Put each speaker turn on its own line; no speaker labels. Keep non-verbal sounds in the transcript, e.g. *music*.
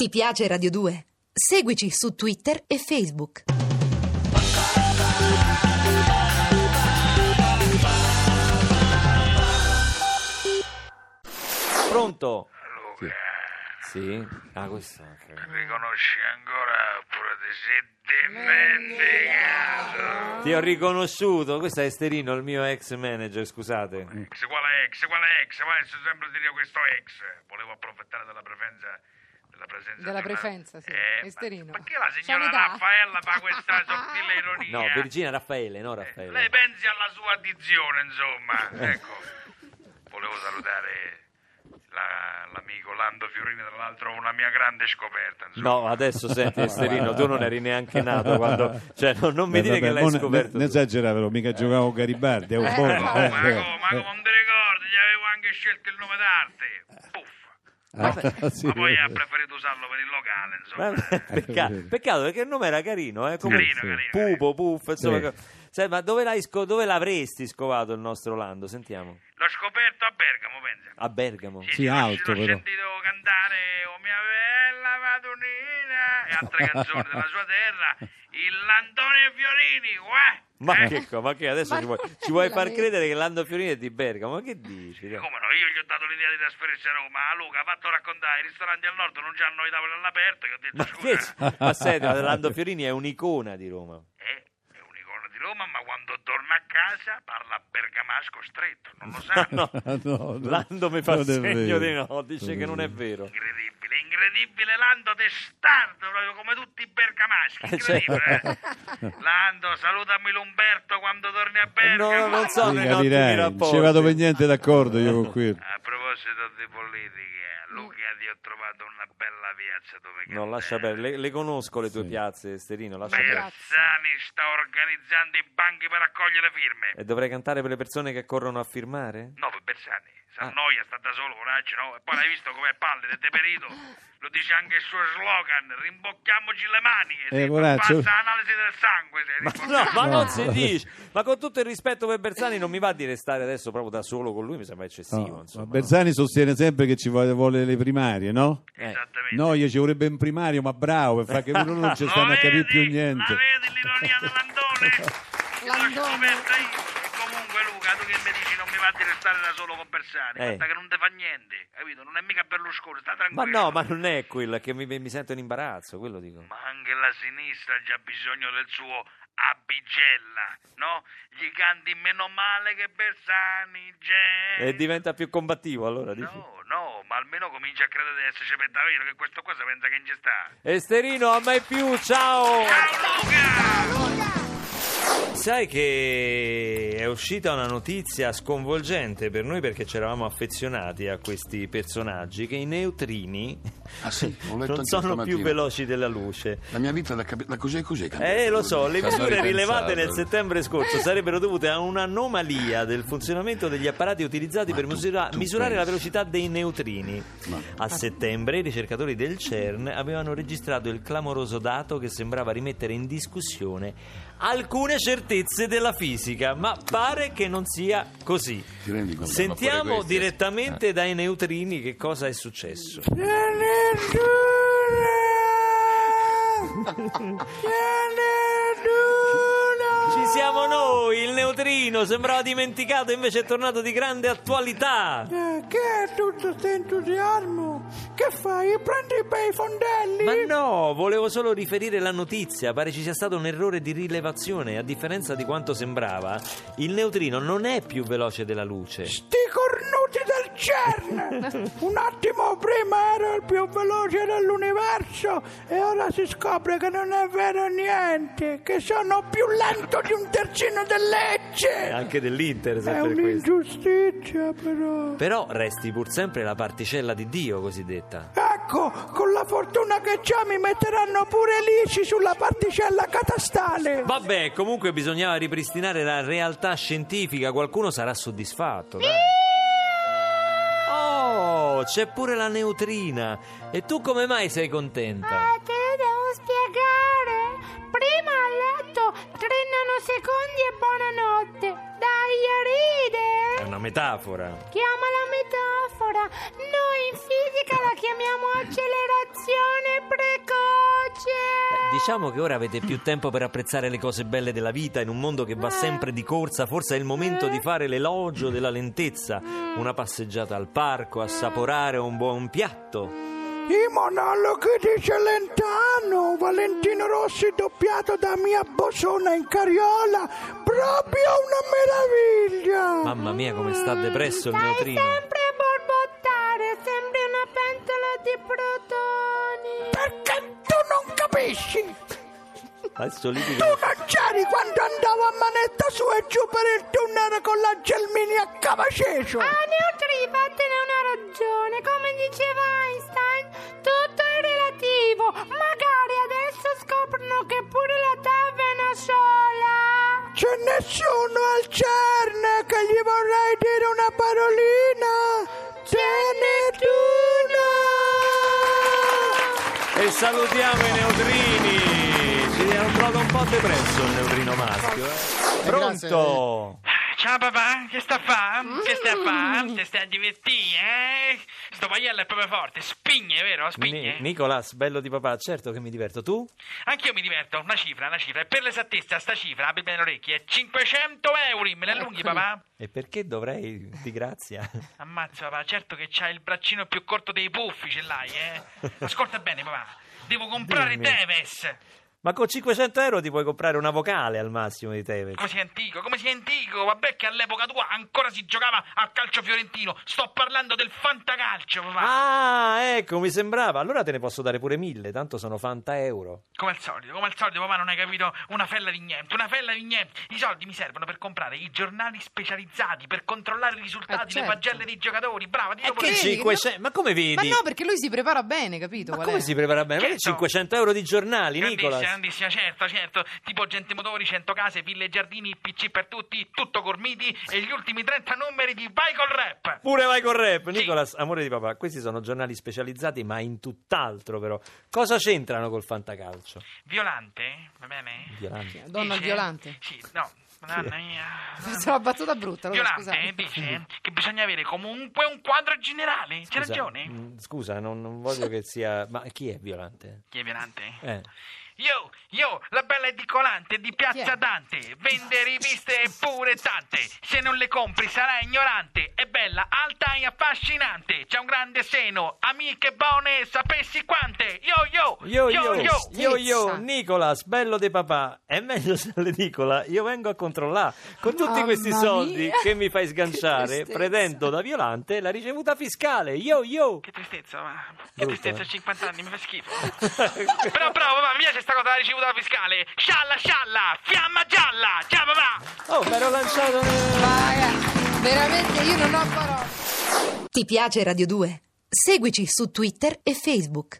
Ti piace Radio 2? Seguici su Twitter e Facebook.
Pronto?
Luca,
Sì. Ah, questo. ok.
eh, mi conosci ancora pure ti sei dimenticato.
Ti ho riconosciuto. Questo è Esterino, il mio ex manager, scusate.
Ex uguale ex, uguale ex, ma adesso sempre dire questo ex. Volevo approfittare della presenza della presenza
Della
di una- Eh,
presenza, sì,
ma-
Esterino.
Perché la signora
Sanità.
Raffaella
*laughs*
fa questa sottile ironia?
No, Virginia Raffaele, no
Eh,
Raffaele.
Lei pensi alla sua addizione,
*laughs*
insomma. Ecco, volevo salutare la- l'amico Lando Fiorini, tra l'altro una mia grande scoperta, insomma.
No, adesso senti Esterino, tu non eri neanche nato quando... Cioè, no- non mi dire che l'hai scoperto.
Eh,
tu.
Non esageravano, mica giocavo con Garibaldi, è un
Eh,
po'.
Oh,
Eh,
ma come, ma come non ti ricordi, gli avevo anche scelto il nome d'arte. Puffa.
Ah, sì.
Ma poi ha preferito usarlo per il locale, insomma.
Vabbè, pecca- *laughs* peccato perché il nome era carino, eh? comunque-
Carino, carino, carino.
Pupo, puff, insomma.
Sì.
co- Sai, ma dove, l'hai sco- dove l'avresti scovato il nostro Lando? Sentiamo.
L'ho scoperto a Bergamo, pensa.
A Bergamo.
Sì,
l'ho-
alto,
l'ho
però.
sentito cantare O mia bella Madonnina e altre canzoni della sua terra, il Landone Fiorini, uè.
Ma
Eh?
che, co- ma che adesso
Ma
ci vuoi,
non è
ci vuoi
la
far
vera.
credere che Lando Fiorini è di Bergamo? Ma che dici? dai?
Come no, io gli ho dato l'idea di trasferirsi a Roma, a Luca ha fatto raccontare, i ristoranti al nord non hanno i tavoli all'aperto, io ho detto
Ma, che
scusa.
ci- ma senti,
*laughs*
ma Lando Fiorini è un'icona di Roma.
Eh, è un'icona di Roma, ma quando torna a casa parla bergamasco stretto, non lo sa.
*laughs* No,
Ah, No, no,
Lando mi fa
non è
segno
vero.
di no, dice che non è vero.
Incredibile, incredibile Lando testardo, proprio come tutti i bergamaschi,
Eh, certo.
incredibile.
*laughs*
eh. Lando, salutami l'Umberto quando torni a Bergamo.
No, non so.
Mica
nei ottimi
direi, non
rapporti. Eh,
ci vado per niente d'accordo io con quello.
A proposito di politica, Luca ti ho trovato una bella piazza dove
No, lascia
cantare.
perdere, le, le conosco le tue piazze, Esterino, lascia perdere.
Bersani sta organizzando i banchi per raccogliere firme.
E dovrei cantare per le persone che corrono a
*laughs*
firmare?
No, per Bersani, s'annoia, sta da solo, coraggio, no? E poi l'hai visto com'è pallido e deperito? Lo dice anche il suo slogan, rimbocchiamoci le maniche,
Eh,
sì,
Bonaccio.
basta analisi del sangue. sì,
Ma no,
rimbocchiamo.
ma non si dice. Ma con tutto il rispetto per Bersani, non mi va di restare adesso proprio da solo con lui, mi sembra
No,
eccessivo. insomma,
ma
no?
Bersani sostiene sempre che ci vuole, vuole le primarie, no?
Eh,
Esattamente.
No, io ci vorrebbe un primario, ma bravo, per fare che loro non
*laughs*
ci
Lo
stanno a capire
vedi?
più niente.
La vedi l'ironia dell'Andone? L'ho
Landone.
scoperta io. E comunque Luca, tu che mi dici non mi va di restare da solo con Bersani,
Eh.
guarda che non ti fa niente, capito? Non è mica Berlusconi, sta
Ma
tranquillo.
no, ma non è quella che mi, mi sento in imbarazzo, quello dico.
Ma anche la sinistra ha già bisogno del suo abigella, no? Gli canti meno male che Bersani, gen.
E diventa più combattivo allora, dici.
No, no, ma almeno comincia a credere di esserci per davvero, che questo qua si pensa che ci sta.
Esterino, a mai più, ciao!
Ciao Luca!
Sai che è uscita una notizia sconvolgente per noi perché ci eravamo affezionati a questi personaggi che i neutrini *laughs*
Ah sì, ho letto
non
anche
sono più
stamattina.
veloci della luce.
La mia vita da, capi- da cos'è cos'è cambiata?
Eh, lo so, le
Ci hanno
misure rilevate
ripensato.
nel settembre scorso sarebbero dovute a un'anomalia del funzionamento degli apparati utilizzati
Ma
per
tu-
misura-
tu
misurare la
pensi?
velocità dei neutrini. A settembre i ricercatori del CERN avevano registrato il clamoroso dato che sembrava rimettere in discussione alcune certezze della fisica, ma pare che non sia così.
Ti rendi conto? Ma pure eh.
Sentiamo
queste-
direttamente dai neutrini che cosa è successo. *laughs* Ci siamo noi, il neutrino sembrava dimenticato, invece è tornato di grande attualità.
Eh, Che è tutto questo entusiasmo? Che fai? Prendi i bei fondelli?
Ma no, volevo solo riferire la notizia, pare ci sia stato un errore di rilevazione, a differenza di quanto sembrava, il neutrino non è più veloce della luce.
Sti cornuti del CERN! Un attimo prima ero il più veloce dell'universo e ora si scopre che non è vero niente, che sono più lento di un terzino del
E
Lecce!
Anche dell'Inter, se
È
per questo.
un'ingiustizia però...
Però resti pur sempre la particella di Dio cosiddetta.
Ecco, con la fortuna che c'è mi metteranno pure l'ICI sulla particella catastale!
Vabbè, comunque bisognava ripristinare la realtà scientifica, qualcuno sarà soddisfatto. dai. Oh, c'è pure la neutrina. E tu come mai sei contenta?
Ah, te lo devo spiegare. Prima a letto, 3 nanosecondi e buonanotte. Dai,
È
ride.
una metafora.
Chiama la metafora. Noi in fisica la chiamiamo accelerazione
Diciamo che ora avete più tempo per apprezzare le cose belle della vita in un mondo che va sempre di corsa, forse è il momento di fare l'elogio della lentezza, una passeggiata al parco, assaporare un buon piatto.
I monologhi di Celentano, Valentino Rossi doppiato da mia Bosona in cariola, proprio una meraviglia!
Mamma mia Eh, come sta depresso il mio
Stai
trino.
sempre a borbottare, sembri una pentola di protoni.
Perché tu non capisci?
Adesso lì
Tu non c'eri quando andavo a manetta su e giù per il tunnel con la Gelmini a Cavacecio!
Ah, neutri, fattene una ragione, come diceva Einstein, tutto è relativo. Magari adesso scoprono che pure la TAV è una sola.
C'è nessuno al CERN che gli vorrei dire una parolina? Tieni
E salutiamo i neutrini. Ci hanno trovato un po' depresso il neutrino maschio. eh. Pronto?
Ciao papà, che sta a fa? Che sta a fa? Che sta a divertire, eh? Sto maiello è proprio forte, spigne, vero? Spigne.
Ni- Nicolas, bello di papà, certo che mi diverto. Tu?
Anch'io mi diverto, una cifra, una cifra. E per l'esattezza, sta cifra, abbi bene le orecchie, è 500 euro, me
*laughs*
la allunghi papà?
E perché dovrei di grazia?
Ammazza papà, certo che c'hai il braccino più corto dei puffi, ce
*laughs*
l'hai, eh? Ascolta bene papà, devo comprare
Dimmi.
Deves.
Ma con 500 euro ti puoi comprare una vocale al massimo di Tevez.
Come sei antico, come sei antico? Vabbè che all'epoca tua ancora si giocava a calcio fiorentino. Sto parlando del fantacalcio, papà.
Ah, ecco, mi sembrava. Allora te ne posso dare pure mille, tanto sono fanta euro.
Come al solito, come al solito, papà, non hai capito una fella di niente, una fella di niente. I soldi mi servono per comprare i giornali specializzati, per controllare i risultati,
certo.
le pagelle dei giocatori. Brava, ti
Eh,
dopo
che-
le-
Vedi,
500... Ma come
Ma
vedi?
no, perché lui si prepara bene, capito?
Ma
qual
come
è?
si prepara bene? Ma che
Certo.
500 euro di giornali,
Grandissima,
Nicolas.
grandissima, certo, certo. Tipo gente motori, 100 case, ville e giardini, PC per tutti, tutto gormiti e gli ultimi 30 numeri di Vai col rap.
Pure vai col rap, Nicolas, amore di papà. Questi sono giornali specializzati, ma in tutt'altro, però. Cosa c'entrano col fantacalcio?
Violante, va bene?
Violante.
Donna
Dice-
violante.
Sì, no, madonna
*laughs*
mia.
Questa è una battuta brutta, allora
Violante eh?
scusate.
dice che bisogna avere comunque un quadro generale. C'è
Scusa,
ragione?
mh, Scusa, non, non voglio che sia. Ma chi è Violante?
Chi è Violante?
Eh.
Yo, yo, la bella edicolante di
Chi
Piazza
è?
Dante, vende riviste e pure tante, se non le compri sarai ignorante, è bella, alta e affascinante, c'è un grande seno, amiche buone, sapessi quante, yo,
Yo
yo,
yo,
yo.
yo yo,
Stizza.
Nicolas, bello di papà. È meglio *laughs* se l'edicola. Io vengo a controllare con tutti
Mamma
questi soldi
mia.
che mi fai
*laughs* Che
sganciare,
tristezza.
pretendo da Violante la ricevuta fiscale. Yo
*laughs*
yo.
Che tristezza, ma. Che
Brutto,
tristezza,
eh.
50 anni, mi fa schifo. Però, però, papà, mi piace sta cosa della ricevuta fiscale. Scialla, scialla, fiamma gialla. Ciao, papà.
Oh, mi ero lanciato nel-
Ma, raga, veramente io non ho parole.
Ti piace Radio 2? Seguici su Twitter e Facebook.